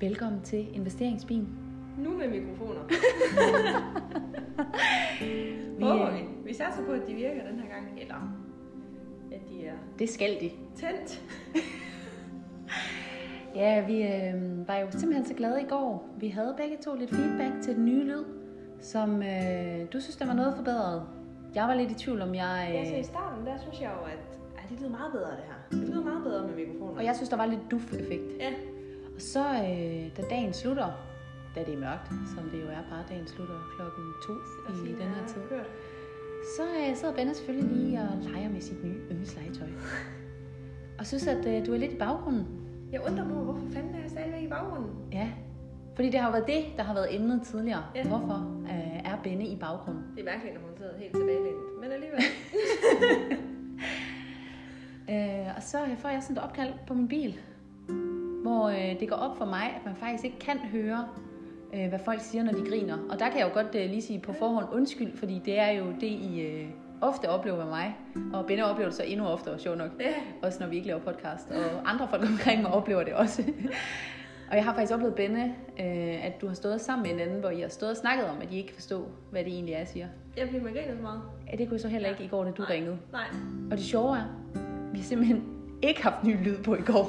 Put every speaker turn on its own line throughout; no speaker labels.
velkommen til Investeringsbien.
Nu med mikrofoner.
Vi,
Håber
øh,
vi. Vi satser på, at de virker den her gang. Eller at de er
Det skal de.
tændt.
Ja, vi øh, var jo simpelthen så glade i går. Vi havde begge to lidt feedback til den nye lyd, som øh, du synes, der var noget forbedret. Jeg var lidt i tvivl om, jeg...
Altså i
Øh,
starten, der synes jeg jo, at ej, det lyder meget bedre det her. Det lyder meget bedre med mikrofoner.
og jeg synes, der var lidt duf-effekt.
Ja.
Og så, øh, da dagen slutter, da det er mørkt, som det jo er, bare dagen slutter klokken to
Og
i
sige,
den her
ja,
tid,
Kørt.
så øh, sidder Benna selvfølgelig lige og leger med sit nye yndlingslegetøj. og synes, at øh, du er lidt i baggrunden.
Jeg undrer mig, over, hvorfor fanden er jeg stadigvæk i baggrunden?
Ja, fordi det har jo været det, der har været emnet tidligere.
Ja.
Hvorfor øh, er Benne i baggrunden?
Det er mærkeligt, når hun sidder helt tilbagelænet. Men alligevel.
Øh, og så får jeg sådan et opkald på min bil, hvor øh, det går op for mig, at man faktisk ikke kan høre, øh, hvad folk siger, når de griner. Og der kan jeg jo godt øh, lige sige på forhånd undskyld, fordi det er jo det, I øh, ofte oplever med mig. Og Benne oplever det så endnu oftere, sjovt nok.
ja.
Også når vi ikke laver podcast, og andre folk omkring mig oplever det også. og jeg har faktisk oplevet, Benne, øh, at du har stået sammen med en anden, hvor I har stået og snakket om, at I ikke forstår, hvad det egentlig er, jeg siger.
Jeg bliver man griner så meget.
Ja, det kunne jeg så heller ikke i går, da du
Nej.
ringede.
Nej.
Og det sjove er, vi har simpelthen ikke haft ny lyd på i går.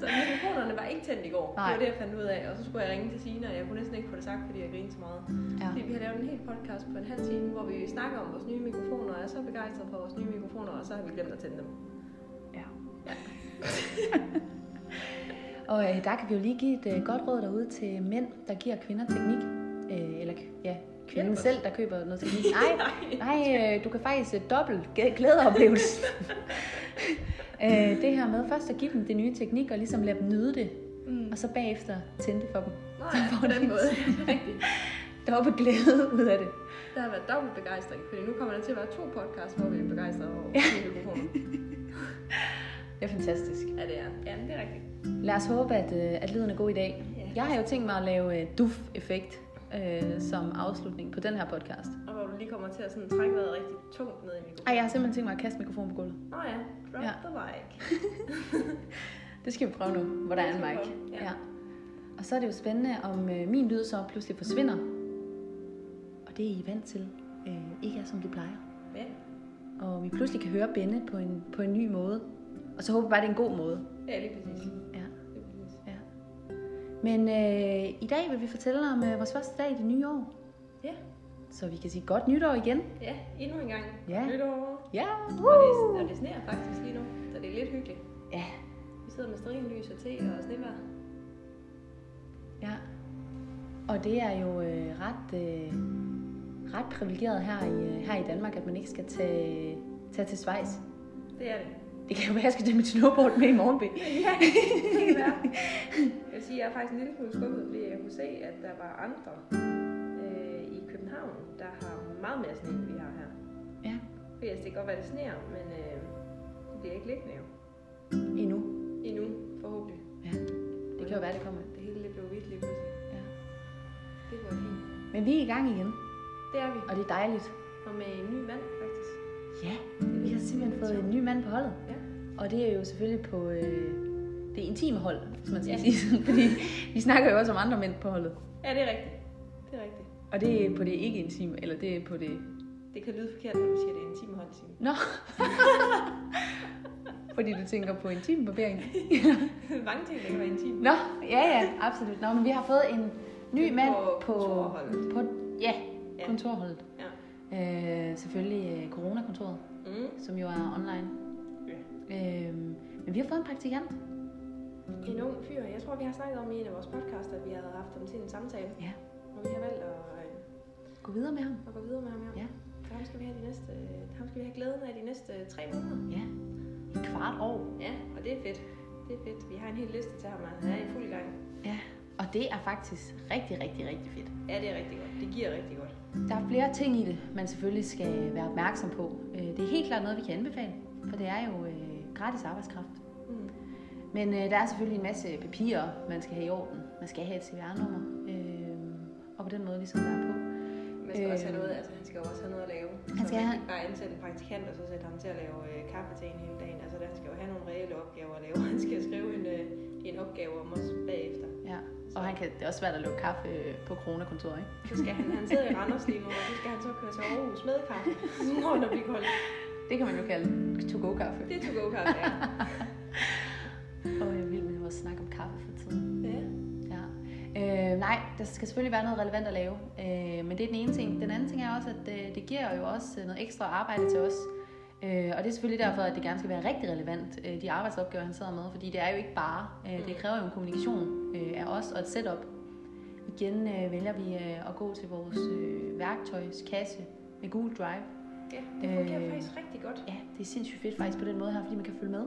Så mikrofonerne var ikke tændt i går.
Nej.
Det var det, jeg fandt ud af. Og så skulle jeg ringe til Sina, og jeg kunne næsten ikke få det sagt, fordi jeg grinede så meget.
Ja.
Fordi vi har lavet en hel podcast på en halv time, hvor vi snakker om vores nye mikrofoner, og jeg er så begejstret for vores nye mikrofoner, og så har vi glemt at tænde dem.
ja. og øh, der kan vi jo lige give et øh, godt råd derude til mænd, der giver kvinder teknik. Øh, eller k- ja, kvinden
Hjælp os.
selv, der køber noget teknik. Nej,
Nej.
nej øh, du kan faktisk øh, dobbelt gæ- glædeoplevelsen. øh, det her med først at give dem det nye teknik, og ligesom lade dem nyde det.
Mm.
Og så bagefter tænde for dem.
Nej,
Så får
på
de
den måde.
dobbelt glæde ud af det.
Der har været dobbelt begejstring, fordi nu kommer der til at være to podcasts, hvor vi er begejstrede over vores nye mikrofoner.
Det er fantastisk.
Ja, det er. Ja, det er rigtigt.
Lad os håbe, at, øh, at lyden er god i dag.
Ja.
Jeg har jo tænkt mig at lave øh, duf-effekt øh, som afslutning på den her podcast.
Og hvor du lige kommer til at sådan trække vejret rigtig tungt ned i mikrofonen.
Ej, jeg har simpelthen tænkt mig at kaste mikrofonen på gulvet.
Nå ja, drop
Ja.
the mic.
Det skal vi prøve nu, hvor der er en
Det skal vi
mic.
prøve,
Ja.
ja.
Og så er det jo spændende, om øh, min lyd så pludselig forsvinder. Og det er I vant til. Øh, ikke er, som det plejer.
Ja.
Og vi pludselig kan høre Benne på en, på en ny måde. Og så håber jeg bare, det er en god måde.
Ja, lige præcis.
Ja.
Lige præcis.
Ja. Men øh, i dag vil vi fortælle om øh, vores første dag i det nye år.
Ja,
Så vi kan sige godt nytår igen.
ja, endnu en gang.
Ja.
Nytår.
Ja,
Og det,
woo!
og det sneer faktisk lige nu, så det er lidt hyggeligt.
Ja,
Vi sidder med stringlys og te og snevejr.
ja. Og det er jo øh, ret, øh, ret privilegeret her i, øh, her i Danmark, at man ikke skal tage, tage til Schweiz.
Det er det.
Det kan jo være, at jeg skal tage mit snowboard med i morgen. Ben.
Ja, det kan være. Jeg vil sige, jeg er faktisk en lille smule skuffet, fordi jeg kunne se, at der var andre øh, i København, der har meget mere sne, end vi har her.
Ja,
Fordi altså, det kan godt være, det sneer, men øh, det bliver ikke liggende jo.
endnu.
Endnu, forhåbentlig.
Ja, det kan jo være, det kommer.
Det hele det blev hvidt lige pludselig.
Ja.
Det var fint.
Men vi er i gang igen,
Det er vi.
og det er dejligt.
Og med en ny mand, faktisk.
Ja, vi har simpelthen fået en ny mand på holdet.
Ja.
Og det er jo selvfølgelig på øh, det intime hold, hvis man skal ja.
Ja.
sige sådan. Fordi vi snakker jo også om andre mænd på holdet.
Ja, det er rigtigt. Det er rigtigt.
Og det er på det ikke intime, eller det er på det...
Det kan lyde forkert, når du siger, det er en time håndtime.
Nå! Fordi du tænker på intim barbering.
Mange ting, der kan være en time.
Nå, ja ja, absolut. Nå, men vi har fået en ny
På
mand på...
kontorholdet.
På, ja,
Ja.
kontorholdet.
Ja.
Øh, selvfølgelig øh, coronakontoret,
Mm.
som jo er online.
Ja.
Øh, men vi har fået en praktikant.
En ung fyr. Jeg tror, vi har snakket om i en af vores podcaster, at vi havde haft ham til en samtale.
Ja.
Og vi har valgt at, øh,
Gå videre med ham.
at gå videre med ham her.
Ja.
For ham skal vi have, de næste, øh, ham skal vi have glæden af de næste øh, tre måneder.
Ja. Et kvart år.
Ja, og det er fedt. Det er fedt. Vi har en hel liste til ham, og han er i fuld gang.
Ja, og det er faktisk rigtig, rigtig, rigtig fedt.
Ja, det er rigtig godt. Det giver rigtig godt.
Der er flere ting i det, man selvfølgelig skal være opmærksom på. Øh, Det er helt klart noget, vi kan anbefale, for det er jo øh, gratis arbejdskraft.
Mm.
Men øh, der er selvfølgelig en masse papirer, man skal have i orden. Man skal have et CVR-nummer, øh, og på den måde ligesom være på.
Man skal øh, også have
Øhm.
noget, altså han skal jo også have noget at lave. Han
skal
så man
have-
kan ikke bare ansætte en praktikant, og så sætte ham til at lave øh, kaffe til en hele dagen. Altså der skal jo have nogle reelle opgaver at lave. Han skal skrive en, øh, en opgave om os bagefter.
Ja. Og han kan, det er også svært at lukke kaffe øh, på kronekontoret, ikke?
Så skal han, han sidder i Randers lige nu, og så skal han så køre til Aarhus med kaffe. Så når han at blive koldt.
Det kan man jo kalde to-go-kaffe.
Det er to go kaffe, ja.
Åh, jeg er øh, vild med vores snak om kaffe for tiden.
ja.
Ja. Øh, nej, der skal selvfølgelig være noget relevant at lave. Øh, men det er den ene ting. Den anden ting er også, at det, det giver jo også øh, noget ekstra arbejde til os. Øh, og det er selvfølgelig derfor, at det gerne skal være rigtig relevant, øh, de arbejdsopgaver, han sidder med. Fordi det er jo ikke bare. Øh, det kræver jo en kommunikation øh, af os og et setup. Igen øh, vælger vi øh, at gå til vores øh, værktøjskasse med Google Drive.
ja, det fungerer
Øh.
faktisk rigtig godt.
Ja, det er sindssygt fedt faktisk på den måde her, fordi man kan følge med.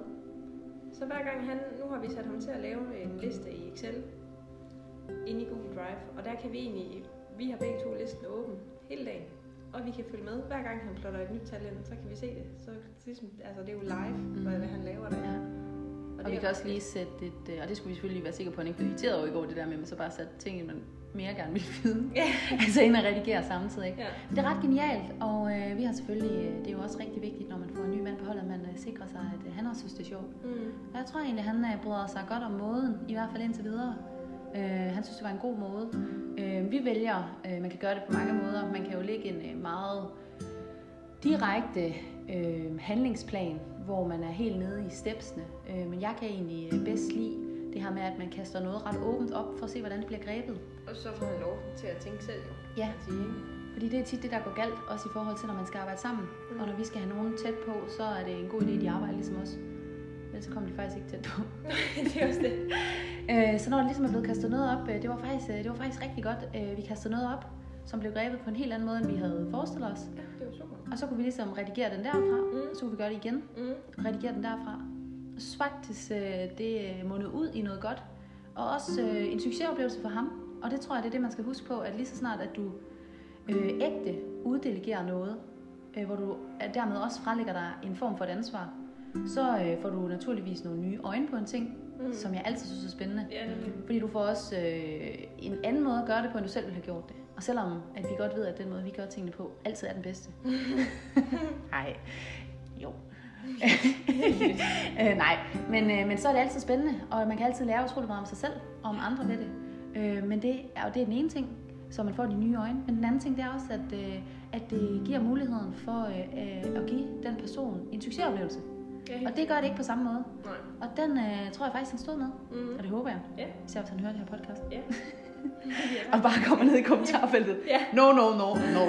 Så hver gang han, nu har vi sat ham til at lave en liste i Excel, inde i Google Drive, og der kan vi egentlig, vi har begge to listen åben hele dagen, og vi kan følge med. Hver gang han plotter et nyt tal ind, så kan vi se det. Så ligesom, altså det er jo live, mm. hvad, hvad han laver der.
Ja. Og, og vi
er
kan også
rigtig
lige sætte et, øh, og det skulle vi selvfølgelig lige være sikre på, at han ikke blev irriteret over i går, det der med, at man så bare satte ting, ind, man mere gerne ville vide.
Ja.
altså ind og redigere samtidig. Ikke?
Ja.
Det er ret genialt, og øh, vi har selvfølgelig, øh, det er jo også rigtig vigtigt, når man får en ny mand på holdet, at man øh, sikrer sig, at øh, han også synes, det er sjovt.
Mm.
Og jeg tror egentlig, han øh, bryder sig godt om måden, i hvert fald indtil videre. Øh, han synes, det var en god måde. Øh, vi vælger, øh, man kan gøre det på mange måder. Man kan jo lægge en øh, meget direkte øh, handlingsplan, hvor man er helt nede i stepsene. Øh, men jeg kan egentlig øh, bedst lide det her med, at man kaster noget ret åbent op for at se, hvordan det bliver grebet.
Og så får han lov til at tænke selv, jo.
Ja.
kan man Sige, ikke?
Fordi det er tit det, der går galt, også i forhold til, når man skal arbejde sammen.
Mm.
Mm. Og når vi skal have nogen tæt på, så er det en god idé, at de arbejder ligesom os. Ellers så kommer de faktisk ikke tæt på.
det er også det.
Øh, så når det ligesom er blevet kastet noget op, øh, det var faktisk, øh, det var faktisk rigtig godt. Øh, vi kastede noget op, som blev grebet på en helt anden måde, end vi havde forestillet os.
Ja, det var super.
Og så kunne vi ligesom redigere den derfra.
Mm.
Så kunne vi gøre det igen
Mm.
og redigere den derfra. Og så faktisk øh, det øh, mundede ud i noget godt. Og også øh, en succesoplevelse for ham. Og det tror jeg, det er det, man skal huske på, at lige så snart, at du øh, ægte uddelegerer noget, øh, hvor du øh, dermed også frelægger dig en form for et ansvar, så øh, får du naturligvis nogle nye øjne på en ting,
Mm.
mm. som jeg altid synes er spændende.
Ja, det er
Fordi du får også øh, en anden måde at gøre det på, end du selv ville have gjort det. Og selvom at vi godt ved, at den måde, vi gør tingene på, altid er den bedste. Nej. Jo. øh, nej, men, øh, men så er det altid spændende, og man kan altid lære utrolig meget om sig selv og om andre ved det. Øh, men det er jo det er den ene ting, så man får de nye øjne. Men den anden ting, det er også, at, øh, at det giver muligheden for øh, øh, at give den person en succesoplevelse.
Ja.
Og det gør det ikke på samme måde.
Nej.
Og den øh, tror jeg faktisk, han stod med.
Mm.
Og det håber jeg.
Ja.
Især hvis han hører det her podcast.
Ja.
Og bare kommer ned i kommentarfeltet.
Ja.
No, no, no, no.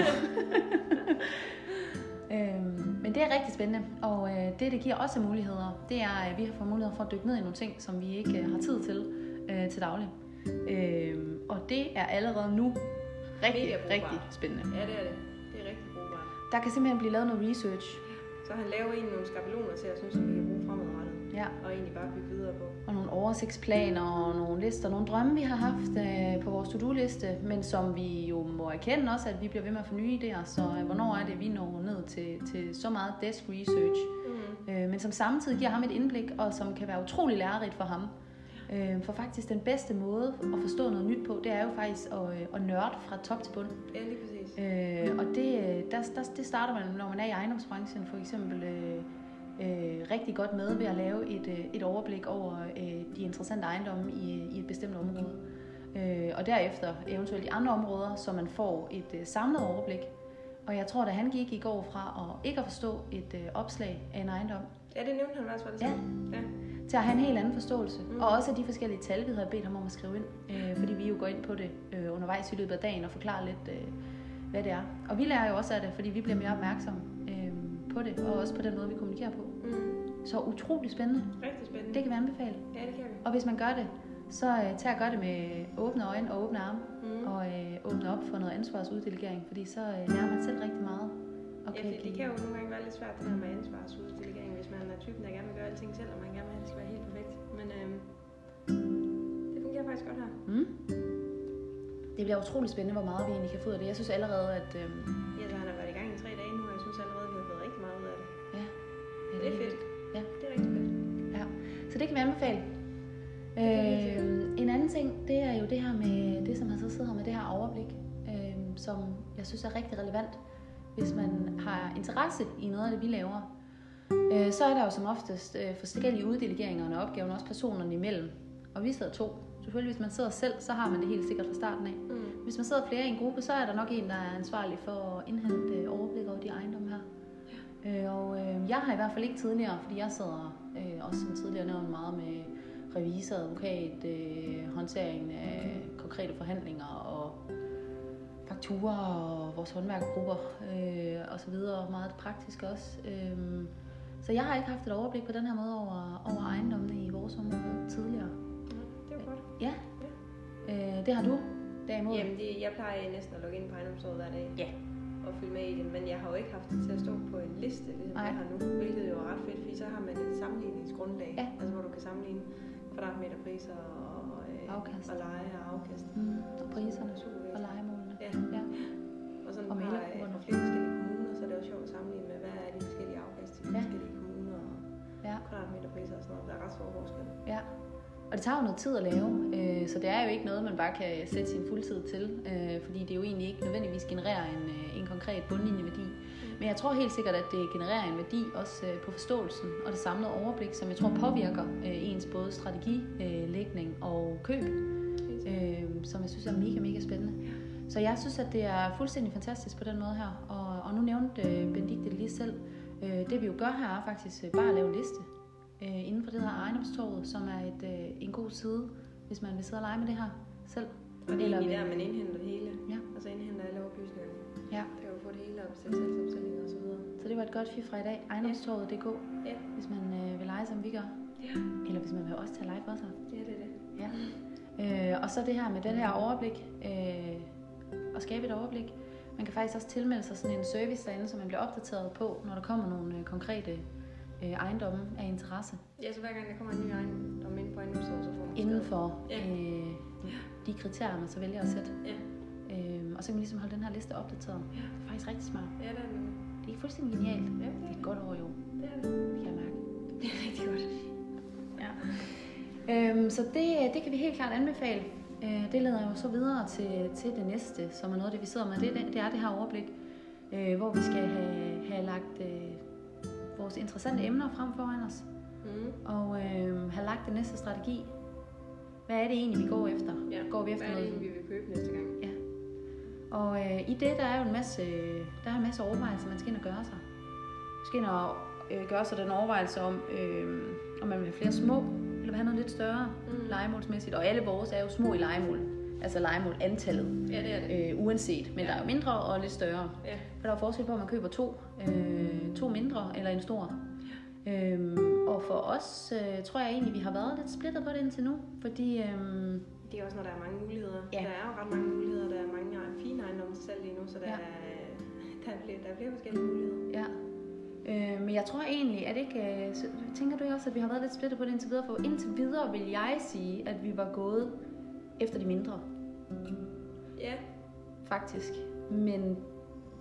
øhm, men det er rigtig spændende. Og øh, det, det giver også muligheder, det er, at vi har fået mulighed for at dykke ned i nogle ting, som vi ikke øh, har tid til øh, til daglig. Øhm, og det er allerede nu rigtig,
Mega brugbart.
rigtig spændende.
ja, det er det. Det er rigtig brugbart.
Der kan simpelthen blive lavet noget research.
Så han laver egentlig nogle skabeloner til, jeg synes, som vi kan bruge fremadrettet.
Ja.
Og egentlig bare bygge videre på.
og nogle oversigtsplaner og nogle lister, nogle drømme, vi har haft øh, på vores to-do-liste, men som vi jo må erkende også, at vi bliver ved med at få nye idéer, så øh, hvornår er det, vi når ned til, til så meget desk research,
Mm.
øh, men som samtidig giver ham et indblik, og som kan være utrolig lærerigt for ham. Øh, for faktisk den bedste måde at forstå noget nyt på, det er jo faktisk at, øh, at nørde fra top til bund.
Ja, lige præcis.
Øh, og det, øh, der, der, det starter man, når man er i ejendomsbranchen for eksempel, øh, øh, rigtig godt med ved at lave et, øh, et overblik over øh, de interessante ejendomme i, i et bestemt område. Øh, og derefter eventuelt i andre områder, så man får et øh, samlet overblik. Og jeg tror, da han gik i går fra at ikke at forstå et øh, opslag af en ejendom,
Ja, det nævnte han også, var det
Ja.
sådan? Ja.
til at have en helt anden forståelse.
Mm.
Mm. Og også af de forskellige tal, vi havde bedt ham om at skrive ind. Øh, fordi vi jo går ind på det øh, undervejs i løbet af dagen og forklarer lidt, øh, hvad det er. Og vi lærer jo også af det, fordi vi bliver mere opmærksomme øh, på det. Og også på den måde, vi kommunikerer på.
Mm.
Så utrolig spændende.
Rigtig spændende.
Det kan vi anbefale.
Ja, det kan vi.
Og hvis man gør det, så øh, tag og gør det med åbne øjne og åbne arme.
Mm.
Og øh, åbne op for noget ansvarsuddelegering. Fordi så øh, lærer man selv rigtig meget. Og
Ja,
kan
fordi det
give-
kan jo nogle gange være lidt svært, det her med ansvarsuddelegering, hvis man er typen, der gerne vil gøre alting selv, og man gerne vil have, at det skal være helt perfekt. Men øhm, det fungerer faktisk godt her.
Mm. Det bliver utrolig spændende, hvor meget vi egentlig kan få ud af det. Jeg synes allerede, at... Øh,
Ja, så han har været i gang i tre dage nu, og jeg synes allerede, vi har fået rigtig meget ud af det.
Ja.
Ja, det er fedt.
Ja.
Det er rigtig fedt.
Ja. Så det kan vi anbefale.
kan vi helt
Øh, en anden ting, det er jo det her med det, som jeg så sidder med, det her overblik, øh, som jeg synes er rigtig relevant, hvis man har interesse i noget af det, vi laver. Øh, så er der jo som oftest øh, forskellige uddelegeringer og opgaven, også personerne imellem. Og vi sidder to. Selvfølgelig, hvis man sidder selv, så har man det helt sikkert fra starten af.
Mm.
Hvis man sidder flere i en gruppe, så er der nok en, der er ansvarlig for at indhente øh, overblik over de ejendomme her. Øh, Og øh, jeg har i hvert fald ikke tidligere, fordi jeg sidder øh, også som tidligere nævnt meget med revisor, advokat, øh, håndtering af konkrete forhandlinger og fakturer og vores håndværkergrupper øh, og så videre, og meget praktisk også. Øh, så jeg har ikke haft et overblik på den her måde over, over ejendommene i vores område tidligere.
Ja, det er jo godt.
Ja, øh, det har du derimod.
Jamen, det, jeg plejer næsten at logge ind på ejendomsrådet hver dag
Ja.
og følge med i det, men jeg har jo ikke haft det til at stå på en liste, ligesom
Nej.
jeg har nu, hvilket jo er ret fedt, fordi så har man et sammenligningsgrundlag,
Ja.
altså hvor du kan sammenligne kvadratmeterpriser og, og, øh,
Afkast.
og leje og afkast.
Mm, og priserne
Super
og
vigtigt.
lejemålene.
Ja.
Ja.
Og sådan
Og
og har øh,
mæglergrupperne.
fra flere forskellige kommuner, så er det jo sjovt at sammenligne med, hvad er de forskellige afkast i de
Ja.
forskellige kommuner og
Ja,
kvadratmeterpriser og sådan noget. Der er ret stor forskel.
ja. Og det tager jo noget tid at lave, øh, så det er jo ikke noget, man bare kan sætte sin fuldtid til, øh, fordi det jo egentlig ikke nødvendigvis genererer en, øh, en konkret bundlinjeværdi. Men jeg tror helt sikkert, at det genererer en værdi også øh, på forståelsen og det samlede overblik, som jeg tror påvirker øh, ens både strategilægning og køb, øh, som jeg synes er mega, mega spændende. Så jeg synes, at det er fuldstændig fantastisk på den måde her. Og, og nu nævnte øh, Benedikte det lige selv. Øh, det vi jo gør her er faktisk øh, bare at lave en liste øh, inden for det her ejendomstorvet, som er et, øh, en god side, hvis man vil sidde og lege med det her selv.
Og det er
Eller
egentlig
ved-
der, man indhenter det hele.
Ja.
Altså indhenter alle oplysningerne.
Ja.
Kan jo få det hele og bestille selvsomstillinger og så videre.
Så det var et godt fif fra i dag. Ejendomstorvet.dk,
Ja.
hvis man øh, vil lege, som vi gør.
Ja.
Eller hvis man vil også tage live for sig.
Ja, det er det.
Ja. Øh, og så det her med det her overblik, øh, at skabe et overblik. Man kan faktisk også tilmelde sig sådan en service derinde, så man bliver opdateret på, når der kommer nogle øh, konkrete øh, ejendomme af interesse
Ja, så hver gang der kommer en ny ejendom ind på ejendomsåret, så får man
inden
besked.
for
Ja.
øh, de kriterier, man så vælger at sætte.
Ja.
Øh, og så kan man ligesom holde den her liste opdateret. Det er faktisk rigtig smart.
Ja, det er det.
Det er fuldstændig genialt.
Ja,
Det
det
er
er
et godt år i år,
det. Det er det.
kan jeg mærke.
Det er rigtig godt.
Ja. Øhm, så det, det kan vi helt klart anbefale. Øh, det leder jo så videre til, til det næste, som er noget af det, vi sidder med. Det, er det- det er det her overblik, øh, hvor vi skal have, have lagt øh, vores interessante emner frem foran os,
Mm.
og øh, have lagt den næste strategi. Hvad er det egentlig, vi går efter?
Ja.
Går vi efter
Hvad er det
noget?
egentlig, vi vil købe næste gang?
Ja. Og øh, i det, der er jo en masse, der er en masse overvejelser, man skal ind og gøre sig. Man skal ind og øh, gøre sig den overvejelse om, øh, om man vil have flere små, eller vil have noget lidt større mm.
Mm.
legemålsmæssigt. Og alle vores er jo små i legemål, altså legemål antallet,
Ja, det er det.
øh, uanset. Men
Ja.
der er jo mindre og lidt større.
Ja.
For der er jo forskel på, om man køber to, øh, to mindre eller en stor. Øhm, og for os øh, tror jeg egentlig, vi har været lidt splittet på det indtil nu, fordi øhm,
Det er også, når der er mange muligheder.
Ja.
Der er jo ret mange muligheder. Der er mange fine ejendomme til salg lige nu, så der,
Ja.
er, der, er flere, der er flere forskellige muligheder.
Ja. Øh, men jeg tror egentlig, at ikke... Øh, så- tænker du ikke også, at vi har været lidt splittet på det indtil videre? For indtil videre vil jeg sige, at vi var gået efter de mindre,
Ja,
faktisk. Men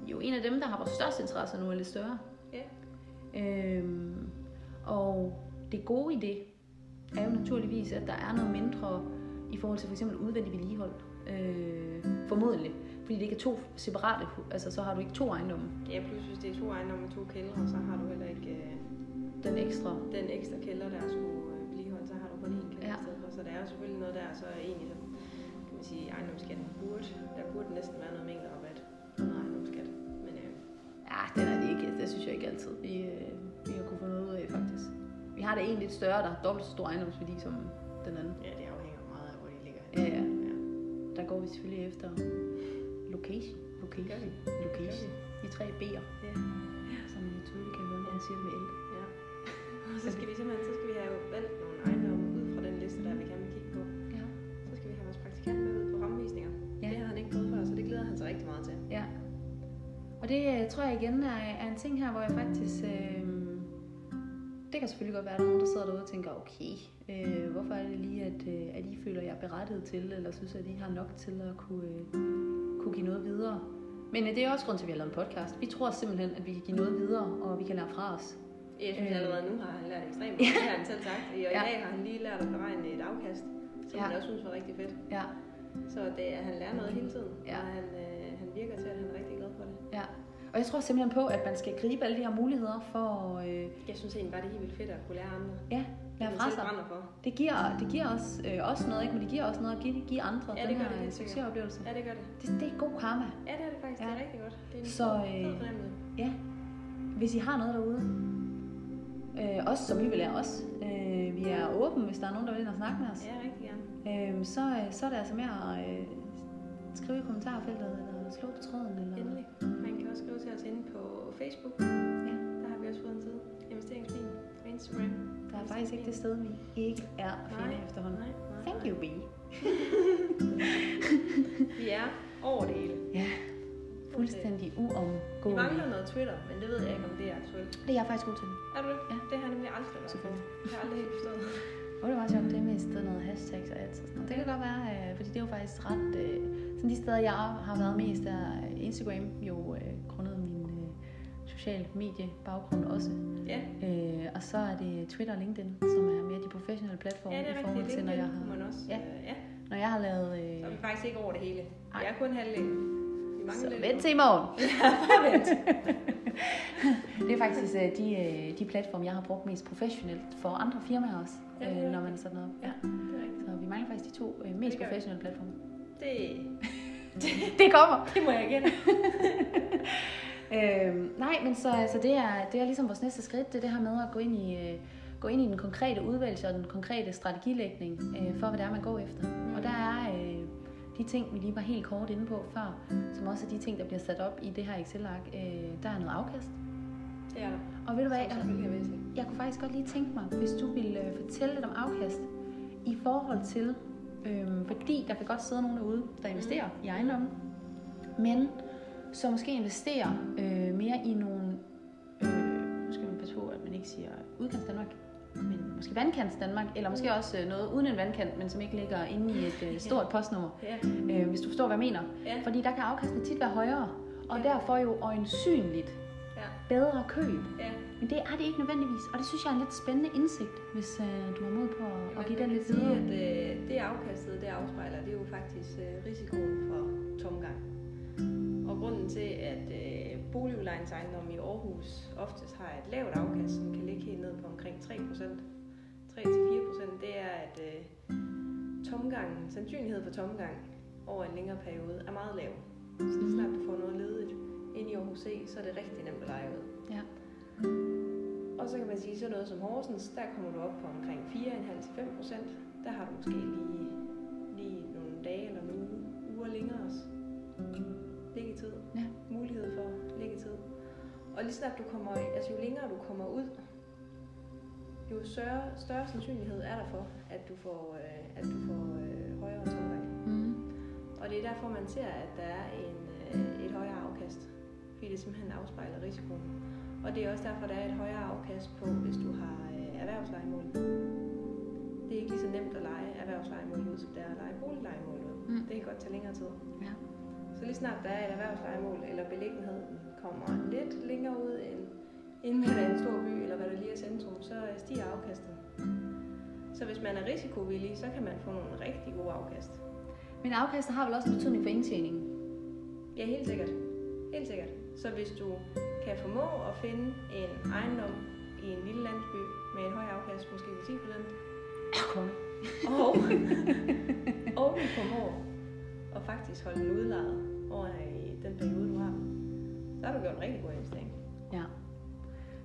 jo en af dem, der har vores største interesse nu, er lidt større.
ja.
Øhm, og det gode i det er jo naturligvis, at der er noget mindre i forhold til f.eks. udvendig vedligehold. Øh, formodentlig. Fordi det ikke er to separate, hu- altså så har du ikke to ejendomme.
Ja, plus hvis det er to ejendomme og to kældre, så har du heller ikke øh,
Den ekstra
den ekstra kælder, der skulle øh, vedligeholdt, så har du kun én kælder
Ja.
ja. i stedet for. Så der er jo selvfølgelig noget der, så egentlig, så, kan man sige, ejendomsskatten burde, der burde næsten være noget mængderabat under ejendomsskat. Men øh,
Ja, den er det ikke. Det synes jeg ikke altid, vi, øh, vi har kunne få noget ud af, faktisk. Vi har da en lidt større, der har dobbelt så stor ejendomsværdi som den anden.
ja, det afhænger meget af, hvor de ligger.
Ja, ja.
ja.
Der går vi selvfølgelig efter location. Location.
Gør vi?
Location. De tre B'er,
Ja.
som man tydeligt kan høre, når jeg siger det med L.
ja. Og så skal vi simpelthen, så skal vi have valgt nogle ejendomme ud fra den liste, der vi gerne vil kigge på.
Ja.
Så skal vi have vores praktikant med ud på rammevisninger.
Ja.
Ja. Det har han ikke prøvet før, så det glæder han sig rigtig meget til.
ja. Og det øh, tror jeg igen er, er en ting her, hvor jeg faktisk... Øh, det kan selvfølgelig godt være, at der er nogen, der sidder derude og tænker, okay, øh, hvorfor er det lige, at, øh, at I føler, at jeg er berettiget til, eller synes, at I har nok til at kunne, øh, kunne give noget videre. Men øh, det er også grund til, at vi har lavet en podcast. Vi tror simpelthen, at vi kan give noget videre, og vi kan lære fra os.
Jeg synes
Øh.
allerede nu har han lært ekstremt meget, det har han selv sagt. Og i
Ja.
dag har han lige lært at beregne et afkast, som
Ja.
ja. han også synes var rigtig fedt.
Ja,
Så det, er- han lærer noget hele tiden,
Ja.
ja. og han, øh, han virker til, at han er rigtig glad for det.
ja. Og jeg tror simpelthen på, at man skal gribe alle de her muligheder for at øh,
Jeg synes egentlig bare, det er helt vildt fedt at kunne lære andre.
ja,
Det,
lære
man
fra
selv
sig.
brænder for.
Det giver, det giver os, øh, os noget, ikke? men det giver også noget at give, give andre
Ja, det
den
gør
her
det helt
øh,
sikkert.
succesoplevelse.
Ja, det gør det.
Det, det er god karma.
Ja, det er det faktisk. Ja. Det
Ja.
er rigtig godt. Det er en
Så, øh,
fed fornemmelse.
Ja, hvis I har noget derude, øh, også som I vil lære os, øh, vi er åbne, hvis der er nogen, der vil ind og snakke med os,
Ja, rigtig gerne.
ja. øh, så, øh, så er det altså med at øh, skrive i kommentarfeltet, eller slå på tråden, eller
Endelig. Man kan også skrive til os inde på Facebook.
Ja.
Der har vi også fået en side. Investeringspin. Og Instagram.
der er faktisk ikke det sted, vi ikke er at finde
Nej,
efterhånden.
nej, nej,
Thank
nej.
you, B.
Vi er over det hele.
Ja,
Okay.
fuldstændig
Vi
uomgående.
mangler noget Twitter, men det ved jeg ikke, om det er aktuelt.
Det er jeg faktisk god til.
Er du det?
Ja.
Det har jeg nemlig aldrig været på.
Selvfølgelig.
Jeg har aldrig helt forstået.
Og det var sjovt, det med stedet noget hashtags og alt sådan noget. Det kan godt være, øh, fordi det er jo faktisk ret... Øh, sådan de steder, jeg har været mest, er Instagram jo øh, grundet min øh, social mediebaggrund også.
Ja,
Øh, og så er det Twitter og LinkedIn, som er mere de professionelle platforme
ja det er
i
rigtigt.
forhold til, når jeg
LinkedIn kunne man
har,
også.
Ja.
øh, ja.
når jeg har lavet...
Så er
Øh,
vi faktisk ikke over det hele.
Nej.
Vi er kun halvdelen. Vi mangler
så
lidt.
vent til i morgen. det er faktisk øh, de, øh, de platforme, jeg har brugt mest professionelt for andre firmaer også,
Ja, det er
øh, når man er
rigtigt.
sådan noget.
Ja,
Ja.
det er rigtigt.
Så vi mangler faktisk de to øh, mest
Det gør vi.
professionelle platforme.
Det,
Det kommer!
det må jeg igen.
Øhm, nej, men så altså, det, er, det er ligesom vores næste skridt, det er det her med at gå ind i, øh, gå ind i den konkrete udvælgelse og den konkrete strategilægning øh, for, hvad det er, man går efter. Og der er øh, de ting, vi lige var helt kort inde på før, som også er de ting, der bliver sat op i det her Excel-ark. Øh, der er noget afkast.
Det er der.
Og ved du hvad,
Som
jeg,
selvfølgelig er væsentligt.
jeg kunne faktisk godt lige tænke mig, hvis du ville øh, fortælle lidt om afkast i forhold til, øh, fordi der kan godt sidde nogen derude, der investerer mm. i ejendommen, men som måske investerer øh, mere i nogle, øh, nu skal man passe på, at man ikke siger udkants Danmark, men måske vandkants Danmark, eller måske også øh, noget uden en vandkant, men som ikke ligger inde i et øh, stort postnummer,
Ja.
øh, hvis du forstår, hvad jeg mener.
Ja.
Fordi der kan afkastene tit være højere, og derfor jo øjensynligt
Ja.
bedre køb.
Ja.
Men det er det ikke nødvendigvis, og det synes jeg er en lidt spændende indsigt, hvis øh, du har mod på at, at give den lidt
sige,
videre.
at øh, det afkastet, det afspejler, det er jo faktisk øh, risikoen for tomgang. Og grunden til, at øh, boligudlejningsejendomme i Aarhus oftest har et lavt afkast, som kan ligge helt ned på omkring 3%, 3-4%, det er, at øh, tomgangen, sandsynlighed for tomgang over en længere periode er meget lav. Så lige snart du får noget ledigt ind i Aarhus C, så er det rigtig nemt at lege ud.
Ja.
Og så kan man sige, sådan noget som Horsens, der kommer du op på omkring 4,5-5 procent. Der har du måske lige, lige nogle dage eller nogle uge- uger længere også. Liggetid.
Ja.
Mulighed for liggetid. Og lige snart du kommer, altså jo længere du kommer ud, jo større, større sandsynlighed er der for, at du får, øh, at du får øh, højere tomgang.
Mm.
Og det er derfor, man ser, at der er en, øh, et højere afkast. Fordi det simpelthen afspejler risikoen. Og det er også derfor, der er et højere afkast på, hvis du har øh, erhvervslejemål. Det er ikke lige så nemt at lege erhvervslejemål ud, som det er at lege boliglejemål ud.
Mm.
Det kan godt tage længere tid.
Ja.
Så lige snart der er et erhvervslejemål, eller beliggenheden kommer lidt længere ud, end, end man er i en stor by, eller hvad der lige er centrum, så øh, stiger afkastet. Så hvis man er risikovillig, så kan man få nogle rigtig gode afkast.
Men afkast har vel også en betydning for indtjeningen.
Ja, helt sikkert. Helt sikkert. Så hvis du kan formå at finde en ejendom i en lille landsby med en høj afkast, måske på 10 procent,
Konge.
og, og du formår at faktisk holde den udlejet over i den periode, du har den, så har du gjort en rigtig god investering.
Ja.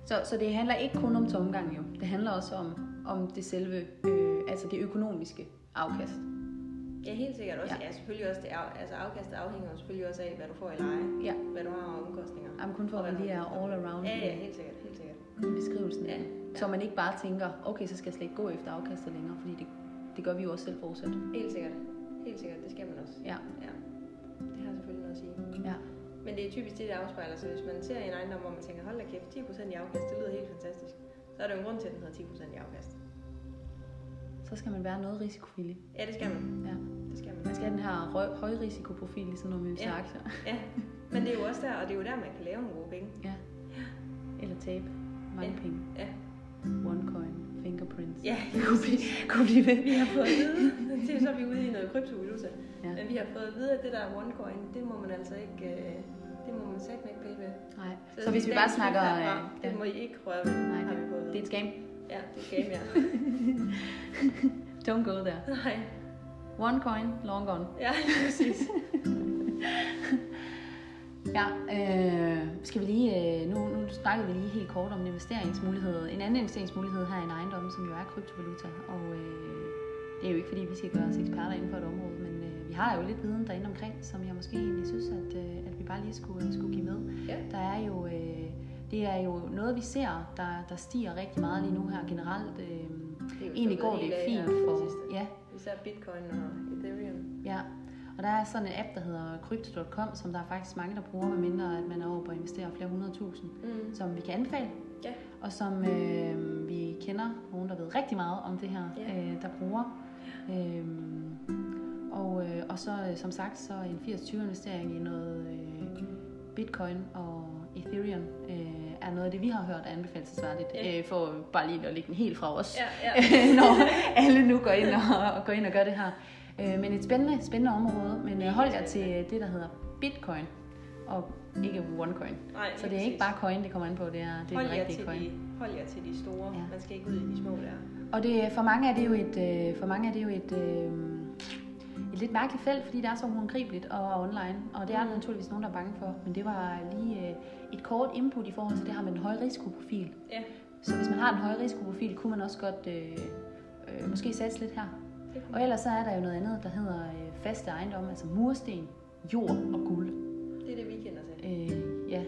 Så, så det handler ikke kun om tomgang jo. Det handler også om, om det selve, øh, altså det økonomiske afkast.
Ja, helt sikkert også.
Ja.
Ja, selvfølgelig også det er, altså afkastet afhænger jo selvfølgelig også af, hvad du får i leje,
Ja.
hvad du har af omkostninger.
Jamen kun for at vi lige er all around
Ja, ja,
i
helt sikkert, helt sikkert.
beskrivelsen af
Ja.
det. Så man ikke bare tænker, okay, så skal jeg slet ikke gå efter afkastet længere, fordi det, det gør vi jo også selv fortsat.
Helt sikkert. Helt sikkert, det skal man også.
Ja.
Ja, det har selvfølgelig noget at sige.
Ja.
Men det er typisk det, der afspejler sig. Hvis man ser en ejendom, hvor man tænker, hold da kæft, 10% i afkast, det lyder helt fantastisk. Så er der jo en grund til, at den hedder 10% i afkast.
Så skal man være noget risikovillig.
Ja, det skal man.
Ja.
Det skal man.
Man skal have den her rø- højrisikoprofil, ligesom når man ja.
Ja.
aktier.
Ja, men det er jo også der, og det er jo der, man kan lave nogle gode penge.
Ja. Eller tabe mange
Ja.
penge.
Ja,
OneCoin, fingerprints.
ja
Kunne blive, kunne blive ved.
vi har fået at vide, det er så er vi ude i noget kryptovaluta,
Ja.
men vi har fået at vide, at det der OneCoin, det må man altså ikke, øh, Det må man sætte ikke pille ved.
Nej. Så, hvis vi bare
dagens
snakker...
klip herfra,
Øh, ja.
Det må I ikke røre ved.
Nej,
har vi fået at
Det er et scam.
vide. Ja, det skal jeg.
Don't go there.
Nej.
One coin, long gone.
Ja, lige præcis.
Ja, øh, skal vi lige, øh, nu, nu snakkede vi lige helt kort om en investeringsmulighed. En anden investeringsmulighed her i en ejendom, som jo er kryptovaluta. Og øh, det er jo ikke fordi, vi skal gøre os eksperter inden for et område, men øh, vi har jo lidt viden derinde omkring, som jeg måske egentlig synes, at, øh, at vi bare lige skulle, skulle give med.
Ja.
Der er jo, øh, det er jo noget, vi ser, der, der stiger rigtig meget lige nu her generelt. Øh,
Det er jo
egentlig
stukket
går det
helt
fint
af her på det
for...
sidste.
Ja,
Især Bitcoin og Ethereum.
Ja, og der er sådan en app, der hedder Crypto.com, som der er faktisk mange, der bruger, medmindre at man er over på at investere flere hundrede tusind,
Mm.
som vi kan anbefale,
Ja.
og som øh, vi kender nogen, der ved rigtig meget om det her,
Ja.
øh, der bruger. Øh, og, øh, og så øh, som sagt, så en 80-20 investering i noget øh, bitcoin og ethereum øh, er noget af det, vi har hørt er anbefalesværdigt,
Ja.
øh, for bare lige at lægge den helt fra os
Ja, ja.
når alle nu går ind og, og går ind og gør det her. Øh, men et spændende, spændende område, men øh, hold jer til øh, det, der hedder bitcoin, og ikke onecoin.
Nej,
Så det
lige
er ikke
præcis.
bare coin, det kommer an på, det er, det er
hold
den
jer
rigtige
til
coin.
de, hold jer til de store.
Ja.
Ja. Man skal ikke ud i de små der.
Og det, for mange er det jo et, øh, for mange er det jo et, øh, et lidt mærkeligt felt, fordi det er så håndgribeligt og online. Og det er der
Mm.
naturligvis nogen, der er bange for. Men det var lige øh, et kort input i forhold til det her med en høj risikoprofil.
Ja,
Så hvis man har en høj risikoprofil, kunne man også godt øh, øh, måske satse lidt her.
det kunne,
Og ellers så er der jo noget andet, der hedder øh, faste ejendomme, altså mursten, jord og guld.
det er det, vi kender til.
Øh, ja,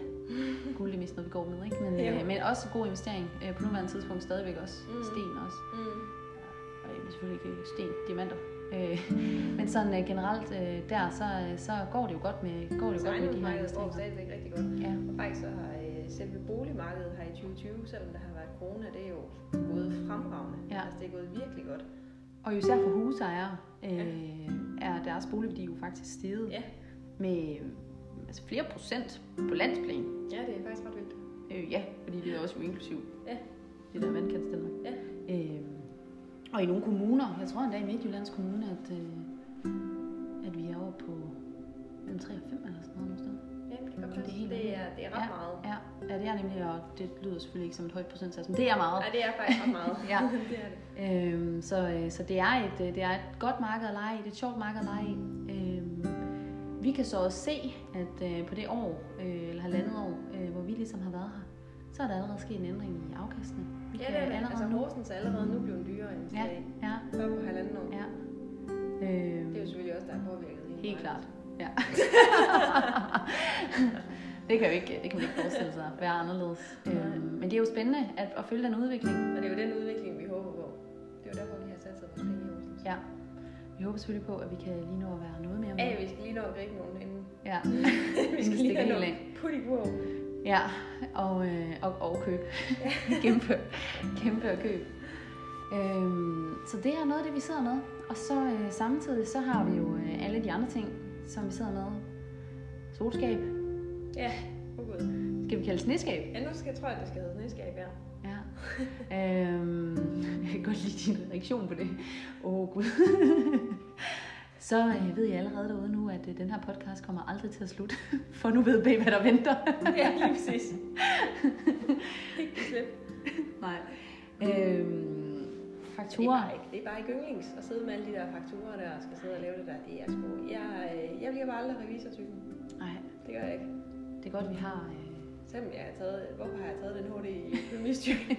guld er det mest noget, vi går med, ikke? Men,
Jo.
øh, men også god investering øh, på nuværende tidspunkt stadigvæk også. Mm.
Mm.
Sten også.
Mm.
Og det er selvfølgelig ikke sten, diamanter. Øh, men sådan øh, generelt øh, der, så, øh, så går det jo godt med, går det jo
Så
godt med de her
ejendomsmarkedet går
investeringer.
stadigvæk rigtig godt.
Ja,
Og faktisk så har øh, selve boligmarkedet her i 2020, selvom der har været corona, det er jo gået fremragende.
Ja.
Altså det er gået virkelig godt.
og jo især for husejere øh, er deres boligværdi jo faktisk steget
Ja.
med øh, altså flere procent på landsplan.
Ja, det er faktisk ret vildt.
Øh, ja, fordi det er også jo inklusiv.
Ja.
Det der vandkants Danmark.
Ja.
Øh, og i nogle kommuner, jeg tror endda i Midtjyllands Kommune, at, øh, at vi er oppe på mellem 3 og 5 eller sådan noget. nogle steder.
Ja, det kan godt
Det er
passe.
helt
Det er, det er ret
Ja.
meget.
Ja, ja, det er nemlig, og det lyder selvfølgelig ikke som et højt procentsats, men det er meget.
Ja, det er faktisk ret meget.
Ja.
det er det.
Øhm, så, øh, så det, er et, øh, det er et godt marked at lege i, det er et sjovt marked at lege i. Øhm, vi kan så også se, at øh, på det år, øh, eller halvandet år, øh, hvor vi ligesom har været her, så er der allerede sket en ændring i afkastene. Vi
Ja,
kan
det er det. Altså
nu-
Horsens er allerede nu blevet dyrere end
Ja,
i
ja,
Før på halvanden år.
ja. Øhm,
Det er jo selvfølgelig også, der er påvirket. hele
Helt
markedet.
klart. Ja. det kan jo ikke, det kan man ikke forestille sig at være anderledes. Øhm, men det er jo spændende at, at følge den udvikling.
Og det er jo den udvikling, vi håber på. Det er jo derfor, vi har sat sig vores penge i Horsens.
Ja. Vi håber selvfølgelig på, at vi kan lige nå at være noget mere
Ja,
med.
vi skal lige nå at gribe nogen inden.
Ja.
vi skal lige
stikker
have
helt
noget
af.
put i kurv.
Ja, og, øh, og, og køb. kæmpe, kæmpe og køb. Øhm, så det er noget af det, vi sidder med. Og så øh, samtidig så har vi jo øh, alle de andre ting, som vi sidder med. Solskab.
Ja, oh god.
Skal vi kalde det sneskab?
Ja, nu skal jeg tror, at det skal hedde næskab, ja.
Ja. øhm, jeg kan godt lide din reaktion på det. Åh, oh, Gud. Så øh, ved jeg allerede derude nu, at øh, den her podcast kommer aldrig til at slutte. For nu ved baby, hvad der venter.
ja, lige præcis. ikke kan slippe.
Nej. Øhm,
Det er,
fakturer.
bare ikke, det er bare ikke yndlings at sidde med alle de der fakturer der og skal sidde og lave det der. Det er sgu... Jeg, øh, jeg bliver bare aldrig revisortypen.
Nej,
Det gør jeg ikke.
det er godt, vi har... Øh...
Selvom jeg har taget... Hvorfor har jeg taget den HD i økonomistyring?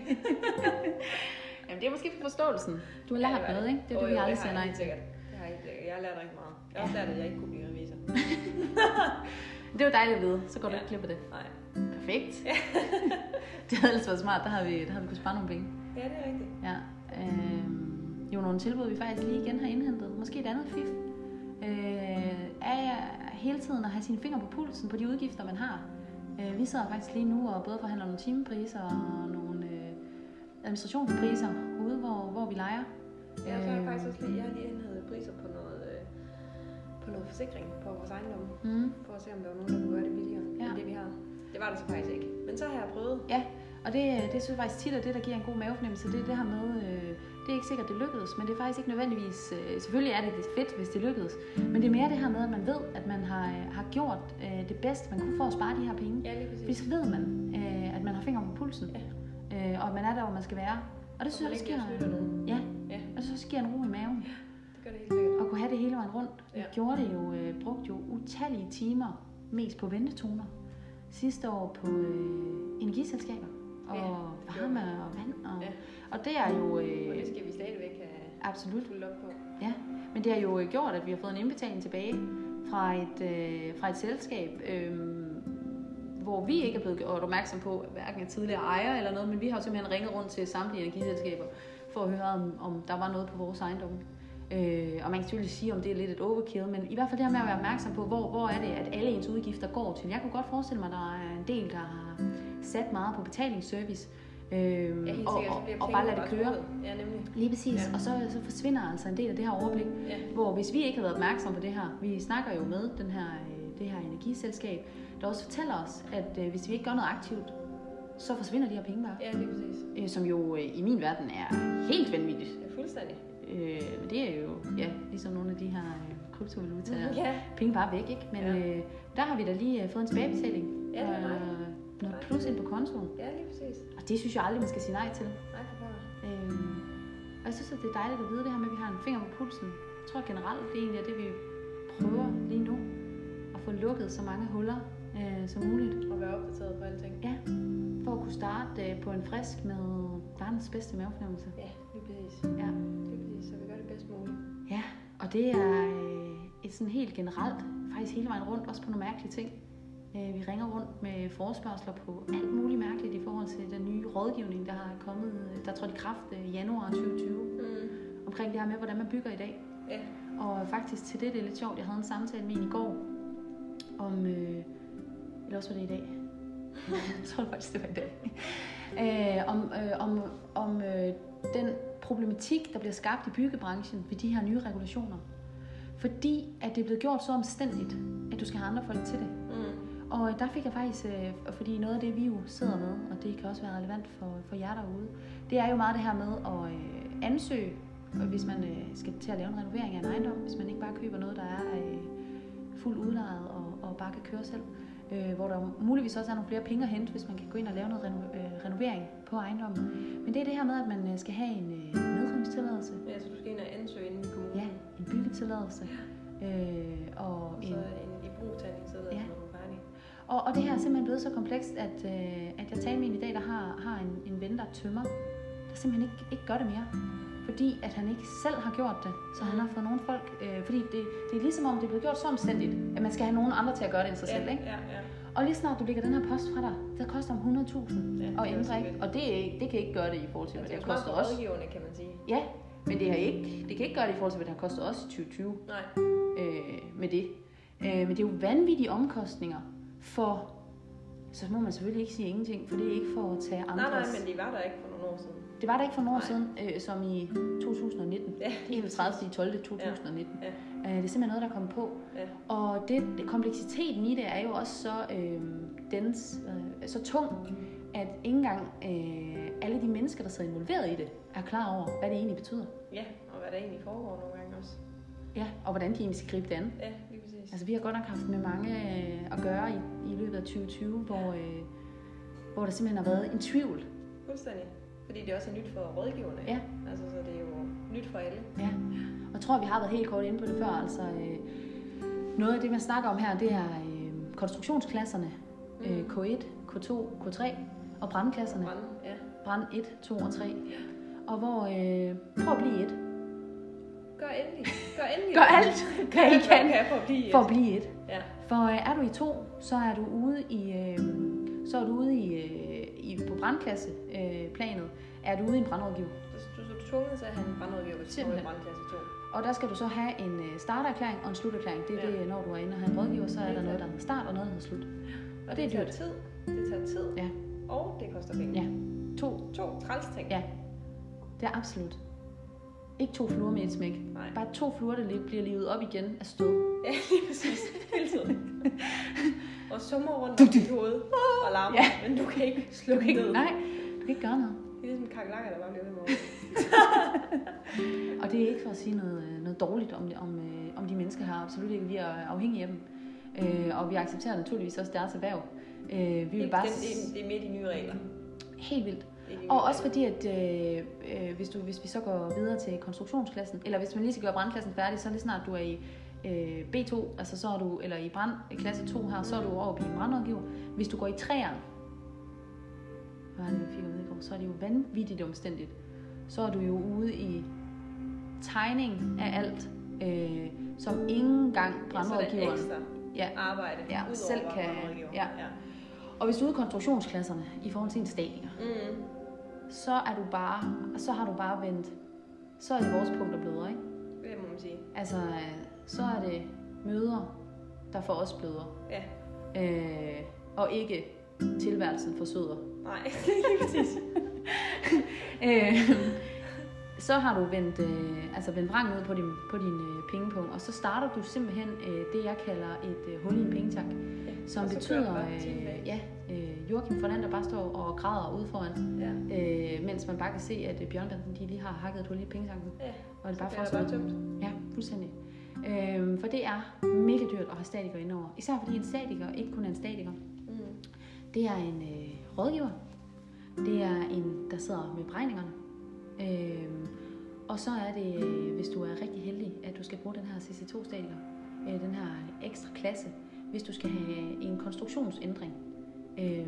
Jamen, det er måske for forståelsen. Du har
Ja,
lært
det var
noget, ikke? Det er
Jo,
det, vi
jo,
aldrig
har
siger
jeg
nej
helt
til.
sikkert. Det har jeg, helt sikkert. jeg har lært rigtig meget. Jeg har også lært, at jeg ikke kunne blive revisor.
Det er jo dejligt at vide. Så går du
Ja.
ikke glip af det.
Nej.
Perfekt. det havde ellers været smart. Der havde vi, der havde vi kunnet spare nogle penge.
Ja, det er rigtigt.
Ja, øh, jo nogle tilbud, vi faktisk lige igen har indhentet. Måske et andet fif. Øh, er hele tiden at have sine fingre på pulsen på de udgifter, man har. Øh, vi sidder faktisk lige nu og både forhandler nogle timepriser og nogle øh, administrationspriser ude, hvor, hvor vi leger.
Ja, så har jeg
Øh,
faktisk også lige, jeg har lige indhentet priser på noget, øh, på noget forsikring på vores ejendom,
Mm.
for at se, om der var nogen, der kunne gøre det billigere
Ja.
ja. end det, vi har. Det var der så faktisk ikke. Men så har jeg prøvet.
Ja, Og det, det synes jeg faktisk tit er det, der giver en god mavefornemmelse. Det er det her med, øh, det er ikke sikkert, det lykkedes, men det er faktisk ikke nødvendigvis... Øh, selvfølgelig er det lidt fedt, hvis det lykkedes, men det er mere det her med, at man ved, at man har, øh, har gjort øh, det bedste, man kunne for at spare de her penge.
Ja, lige
Fordi
præcis.
så ved man, øh, at man har fingeren på pulsen,
Ja.
øh, og at man er der, hvor man skal være. Og det synes
Og
jeg,
man
også
ikke
giver,
snyder nogen.
ja,
Ja,
og det synes jeg også giver en ro i maven.
det gør det helt sikkert.
Og kunne have det hele vejen rundt. Vi
Ja.
gjorde det jo, øh, brugte jo utallige timer, mest på ventetoner. Sidste år på øh, energiselskaber, og
Ja, det gjorde
varme og vand. Og,
Ja.
og det er jo
Og
øh,
det skal vi stadigvæk have
absolut,
fuldt op på.
ja. Men det har jo øh, gjort, at vi har fået en indbetaling tilbage fra et, øh, fra et selskab, øh, hvor vi ikke er blevet gjort opmærksom på, hverken af tidligere ejere eller noget, men vi har jo simpelthen ringet rundt til samtlige energiselskaber for at høre, om, om der var noget på vores ejendom. Øh, og man kan selvfølgelig sige, om det er lidt et overkill, men i hvert fald det her med at være opmærksom på, hvor, hvor er det, at alle ens udgifter går til. Jeg kunne godt forestille mig, at der er en del, der har sat meget på betalingsservice, øh,
Ja,
og,
helt sikkert. Så
og,
bliver
og bare lade
pengene
det køre.
trukket. Ja, nemlig.
Lige præcis,
Ja.
ja. og så, så forsvinder altså en del af det her overblik,
Ja.
hvor hvis vi ikke havde været opmærksomme på det her, vi snakker jo med den her, øh, det her energiselskab, der også fortæller os, at øh, hvis vi ikke gør noget aktivt, så forsvinder de her penge bare,
Ja, lige præcis.
øh, som jo øh, i min verden er helt vanvittigt.
Ja, fuldstændig.
Øh, men det er jo ja, ligesom nogle af de her øh, kryptovalutaer,
Ja.
penge bare væk, ikke? Men
Ja.
øh, der har vi da lige øh, fået en tilbagebetaling,
Ja, det er
og,
dejligt.
noget plus ind på kontoen,
Ja, lige præcis.
og det synes jeg aldrig, man skal sige nej til.
Nej, for pokker.
Øhm, og jeg synes, at det er dejligt at vide det her med, at vi har en finger på pulsen. Jeg tror generelt, det egentlig er det, vi prøver lige nu. At få lukket så mange huller øh, som muligt.
Og være opdateret på alting.
Ja, for at kunne starte øh, på en frisk med verdens bedste mavefornemmelse.
Ja, lige præcis.
Ja.
Lige præcis. Så vi gør det bedst muligt.
ja, og det er øh, et sådan helt generelt, faktisk hele vejen rundt, også på nogle mærkelige ting. Øh, vi ringer rundt med forespørgseler på alt muligt mærkeligt i forhold til den nye rådgivning, der har kommet, øh, der trådte i kraft øh, i januar 2020,
Mm.
omkring det her med, hvordan man bygger i dag.
Ja.
Og faktisk til det, det er lidt sjovt, jeg havde en samtale med en i går, om, øh, eller også var det i dag, jeg tror faktisk, det var i dag, øh, om, øh, om, om øh, den problematik, der bliver skabt i byggebranchen ved de her nye regulationer. Fordi at det er blevet gjort så omstændigt, at du skal have andre folk til det.
Mm.
Og øh, der fik jeg faktisk, øh, og fordi noget af det, vi jo sidder med, og det kan også være relevant for, for jer derude, det er jo meget det her med at øh, ansøge, og hvis man øh, skal til at lave en renovering af en ejendom, hvis man ikke bare køber noget, der er øh, fuldt udlejet og, og bare kan køre selv, øh, hvor der muligvis også er nogle flere penge at hente, hvis man kan gå ind og lave noget reno, øh, renovering på ejendommen. Men det er det her med, at man øh, skal have en øh, nedrivningstilladelse,
Ja, så du skal ind og ansøge inden i kommunen.
ja, en byggetilladelse, øh, og
Og
en
så en i brugtagning, så
Ja.
når du er færdig.
Og, og det her er simpelthen blevet så komplekst, at, øh, at jeg talte med en i dag, der har, har en, en ven, der tømmer, der simpelthen ikke, ikke gør det mere. Fordi at han ikke selv har gjort det, så han har fået nogle folk... Øh, fordi det, det er ligesom om, det er blevet gjort så omstændigt, at man skal have nogen andre til at gøre det end sig selv. Ikke?
Ja, ja.
Og lige snart du lægger den her post fra dig, der koster om 100.000
Ja,
ja,
det er
at
også
ændre. ikke?
vildt.
Og det, er ikke- det kan ikke gøre det i forhold til,
ja.
hvad
Det
det
er
har
jo smart
kostet
for
os.
rådgiverne, kan man sige.
Ja, men det, har ikke, det kan ikke gøre det i forhold til, hvad det har kostet os i 2020
Nej,
øh, med det. Øh, men det er jo vanvittige omkostninger for, så må man selvfølgelig ikke sige ingenting, for det er ikke for at tage andres.
nej, nej, men de var der ikke for nogle år siden.
Det var der ikke for nogle år
Nej.
siden, øh, som i 2019.
Ja,
31. 12. 2019.
Ja,
Øh, det er simpelthen noget, der kom på.
ja.
Og det, det- kompleksiteten i det er jo også så, øh, dens, øh, så tung, at ikke engang øh, alle de mennesker, der sidder involveret i det, er klar over, hvad det egentlig betyder.
Ja, og hvad der egentlig foregår nogle gange også.
Ja, og hvordan de egentlig skal gribe det an.
Ja, lige præcis.
Altså, vi har godt nok haft med mange øh, at gøre i, i løbet af 2020, hvor, øh, hvor der simpelthen har været en tvivl.
Fuldstændig. Fordi det også er nyt for rådgiverne.
Ja.
Altså, så det er jo nyt for alle.
Ja. Og jeg tror, vi har været helt kort inde på det før. Altså, øh, noget af det, man snakker om her, det er øh, konstruktionsklasserne. Øh,
Mm.
K1, K2, K3 og brandklasserne.
Brand, ja.
Brand 1, 2 og 3. Og hvor, øh, prøv at blive et.
Gør endelig. Gør endelig.
Gør alt,
Gør
hvad I
alt, hvad du
kan
kan for at blive et.
for at blive et.
Ja.
For øh, er du i to, så er du ude i, øh, så er du ude i, øh, i på brandklasseplanet, øh, planet, er du ude i en brandrådgiver.
Så, så, så er du tvunget til at have en brandrådgiver, hvis du kommer i
Simpelthen.
brandklasse 2.
Og der skal du så have en øh, starterklæring og en sluterklæring. Det er
Ja.
ja. det, når du er inde og har en rådgiver, så er
Helt
der noget,
klart.
der hedder start og noget, der hedder slut. Og det er
tager
dyrt.
tid. Det tager tid.
Ja.
Og det koster penge.
Ja. To.
To træls ting.
Ja. Det er absolut. Ikke to fluer med et smæk.
Nej.
Bare to fluer, der lige- bliver livet op igen af stød.
Ja, lige præcis. Hele tiden. og summer rundt om dit hoved og larmer,
Ja.
men du kan ikke
Du kan
slukke
ikke,
ned.
nej. kan ikke gøre noget.
Det er ligesom kakelakker, der bare bliver ved med at-
Og det er ikke for at sige noget, øh, noget dårligt om, det, om, øh, om de mennesker her. Absolut ikke. Vi er afhængige af dem. Øh, og vi accepterer naturligvis også deres erhverv. Øh, vi vil bare...
det, det, det er med de nye regler.
Helt vildt.
Det er de nye
Og også fordi, at øh, øh, hvis, du, hvis vi så går videre til konstruktionsklassen, eller hvis man lige skal gøre brandklassen færdig, så lige snart du er i øh, B2, altså så er du, eller i brand, klasse 2 her, så er du
Mm.
over at blive brandrådgiver. Hvis du går i 3'eren, hvad var det, vi fik at vide i går, så er det jo vanvittigt omstændigt. Så er du jo ude i tegning af alt, øh, som ingen gang
regler. Ja, så er der
brandrådgiveren.
ekstra
Ja,
arbejde.
Ja,
udover
selv
bare
kan-
brandrådgiver.
ja.
ja.
og hvis du er ude i konstruktionsklasserne i forhold til en staginger,
Mm.
så er du bare, så har du bare vendt. Så er det vores punkter bløder, ikke?
Det må man sige.
Altså, øh, så er det møder, der får os bløder.
Ja,
Øh, og ikke tilværelsen for søder.
nej.
Øh, så har du vendt, øh, altså vendt vrang ud på din, på din øh, pengepunkt, og så starter du simpelthen øh, det, jeg kalder et øh, hul i en pengetank, som
og så
betyder,
kører den op til en dag.
øh, ja, øh, Joachim Forlander bare står og græder ude foran
Ja.
Øh, mens man bare kan se, at øh, bjørnebanden de lige har hakket et hul i pengetanken.
Ja,
Og det er bare
så bliver der
frosset.
bare tømt.
Ja, fuldstændig. Øh, for det er mega dyrt at have statikere indover. Især fordi en statiker ikke kun er en statiker.
Mm.
Det er en øh, rådgiver. Det er en, der sidder med beregningerne. Øh, og så er det, øh, hvis du er rigtig heldig, at du skal bruge den her CC2-statiker. Øh, den her ekstra klasse. Hvis du skal have en konstruktionsændring. Øh,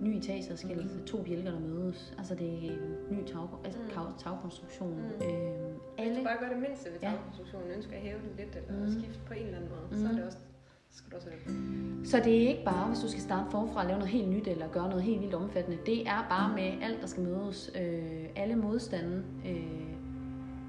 ny etageadskillelse, to bjælker, der mødes. Altså det er en ny tag, altså,
Mm.
tag, tagkonstruktion.
Mm.
Øh,
Hvis du
alle
bare gør det mindste ved
Ja.
tagkonstruktionen, ønsker at hæve den lidt, eller
Mm.
skifte på en eller anden måde, så
Mm.
er det også, så skal du også have det.
Så det er ikke bare, hvis du skal starte forfra og lave noget helt nyt eller gøre noget helt vildt omfattende. Det er
Mm.
bare med alt, der skal mødes. Øh, alle modstande, øh,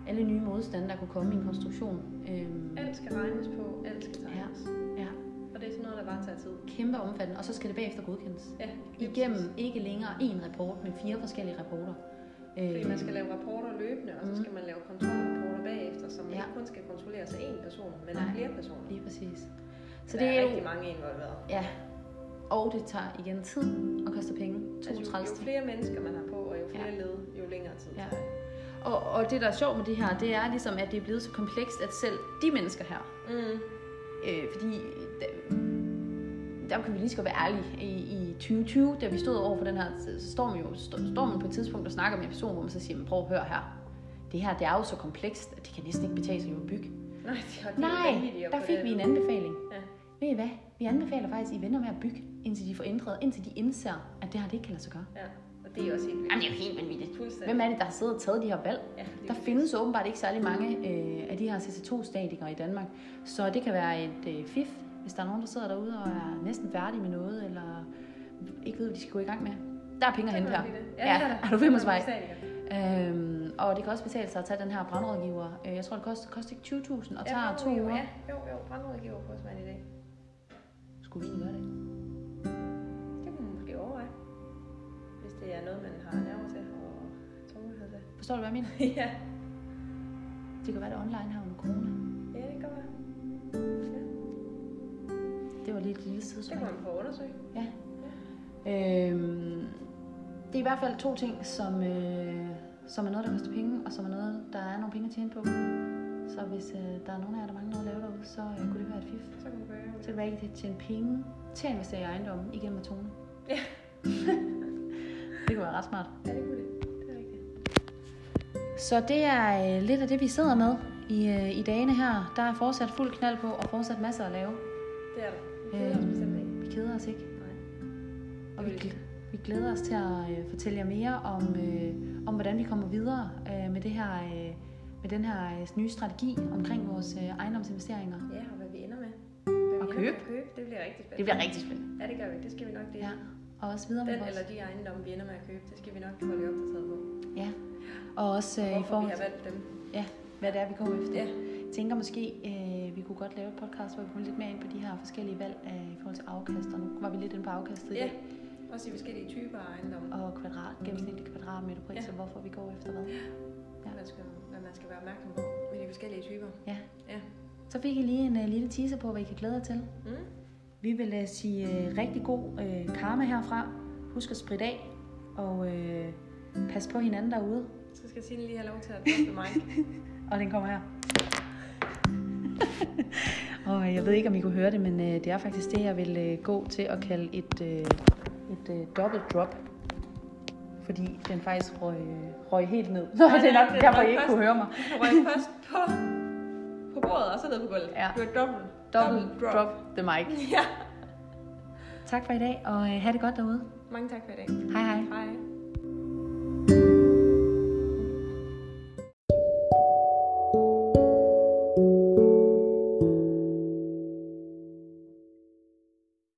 alle nye modstande, der kunne komme i en konstruktion. Øh,
Mm. Alt skal regnes på, alt skal tegnes.
ja,
Og det er sådan noget, der bare tager tid.
kæmpe omfattende. Og så skal det bagefter godkendes.
Ja, lige
Igennem
præcis.
ikke længere én rapport, men fire forskellige rapporter. Øh,
Fordi man skal lave rapporter løbende, og så
Mm.
skal man lave kontrolrapporter bagefter, som
Ja.
ikke kun skal kontrolleres af én person, men af
Nej.
flere personer.
Lige præcis. Så
der
det er jo...
rigtig mange involveret.
Ja. Og det tager igen tid og koster penge.
Altså,
32
jo, jo flere mennesker man har på, og jo flere
Ja.
ja. led, jo længere tid
Ja.
tager det.
Og, og det, der er sjovt med det her, det er ligesom, at det er blevet så komplekst, at selv de mennesker her,
Mm.
øh, fordi der, der kan vi lige så godt være ærlige, i, i 2020, da vi stod over for den her, så står man jo st- står man på et tidspunkt og snakker med en person, hvor man så siger, men prøv at høre her, det her, det er jo så komplekst, at det kan næsten ikke betale sig at bygge.
Nej, de har de er
Nej,
vanvittige
der
på
fik
det.
vi en anbefaling.
Ja.
Ved I hvad? Vi anbefaler faktisk, at I venter med at bygge, indtil de får ændret, indtil de indser, at det her, det ikke kan lade sig gøre.
Ja, og det er også helt vildt.
Jamen, det er jo helt vanvittigt.
Fuldstændig.
Hvem er det, der har siddet og taget de her valg?
Ja, lige
Der
præcis.
findes åbenbart ikke særlig mange øh, af de her CC2-statikere i Danmark, så det kan være et øh, fif, hvis der er nogen, der sidder derude og er næsten færdig med noget, eller ikke ved, hvad de skal gå i gang med. Der er penge at hente her. Ja, er du ved mig, Svej? Øhm, og det kan også betale sig at tage den her brandrådgiver. Øh, jeg tror, det koster, koster ikke 20.000 og tager to uger.
Ja, jo, jo, brandrådgiver på Osman i dag.
Skulle vi egentlig gøre det?
Det kunne man måske overveje. Hvis det er noget, man har nerver til og tålmodighed til.
Forstår du, hvad jeg mener?
ja.
Det kan være, det er online her under corona.
ja, det kan være. Ja,
Det var lige et lille
det
sidespring.
kunne man få undersøgt.
Ja. Øhm, det er i hvert fald to ting, som, øh, som er noget, der koster penge, og som er noget, der er nogle penge at tjene på. Så hvis øh, der er nogen af jer, der mangler noget at lave derude, så øh, kunne det være et fif.
Så kan man gøre
Så det var ikke til at tjene penge til at investere i ejendommen igennem at tone.
Ja.
det kunne være ret smart.
Ja, det kunne det. Det er rigtigt.
Så det er øh, lidt af det, vi sidder med i, øh, i dagene her. Der er fortsat fuld knald på, og fortsat masser at lave.
Det er der. Vi keder os
Øhm.
bestemt ikke.
Vi keder os ikke.
Nej.
Og vi,
Det er
gl- vi glæder os til at øh, fortælle jer mere om, øh, om hvordan vi kommer videre øh, med, det her, øh, med den her øh, nye strategi omkring vores øh, ejendomsinvesteringer.
Ja, og hvad vi ender med.
Og
Hvad vi ender med
købe.
at købe. Det bliver rigtig spændende.
Det bliver rigtig spændende.
Ja, det gør vi. Det skal vi nok lige.
Ja. Og også videre med
Den
vores...
eller de ejendomme, vi ender med at købe, det skal vi nok holde jer opdateret på.
Ja. Og også øh, i
Hvorfor vi
forhold
har
til,
valgt dem.
ja, hvad det er, vi går efter.
Ja.
Jeg tænker måske, øh, vi kunne godt lave et podcast, hvor vi kommer lidt mere ind på de her forskellige valg øh, i forhold til afkast. Og nu var vi lidt inde på afkastet i
Ja,
dag.
også i forskellige typer af ejendomme.
Og kvadrat, gennemsnitlig kvadratmeterpris,
Ja.
og hvorfor vi går efter hvad.
Ja. Man skal, hvad man skal være opmærksom på med de forskellige typer.
Ja.
Ja.
Så fik I lige en øh, lille teaser på, hvad I kan glæde jer til.
Mm.
Vi vil øh, sige øh, rigtig god øh, karma herfra. Husk at spritte af. Og øh, pas på hinanden derude.
Så skal Signe lige have lov til at droppe mig.
Og den kommer her. og øh, jeg ved ikke, om I kunne høre det, men øh, det er faktisk det, jeg vil øh, gå til at kalde et, øh, et øh, dobbelt drop. Fordi den faktisk røg, øh, røg helt ned. Nå, det er nok
den
derfor,
røg
I ikke
først.
kunne høre mig.
Du røg først på, på bordet, og så ned på gulvet.
Ja.
Du er dobbelt.
Dobbelt drop the mic.
Ja.
Tak for i dag, og øh, have det godt derude.
Mange tak for i dag.
Hej hej.
Hej.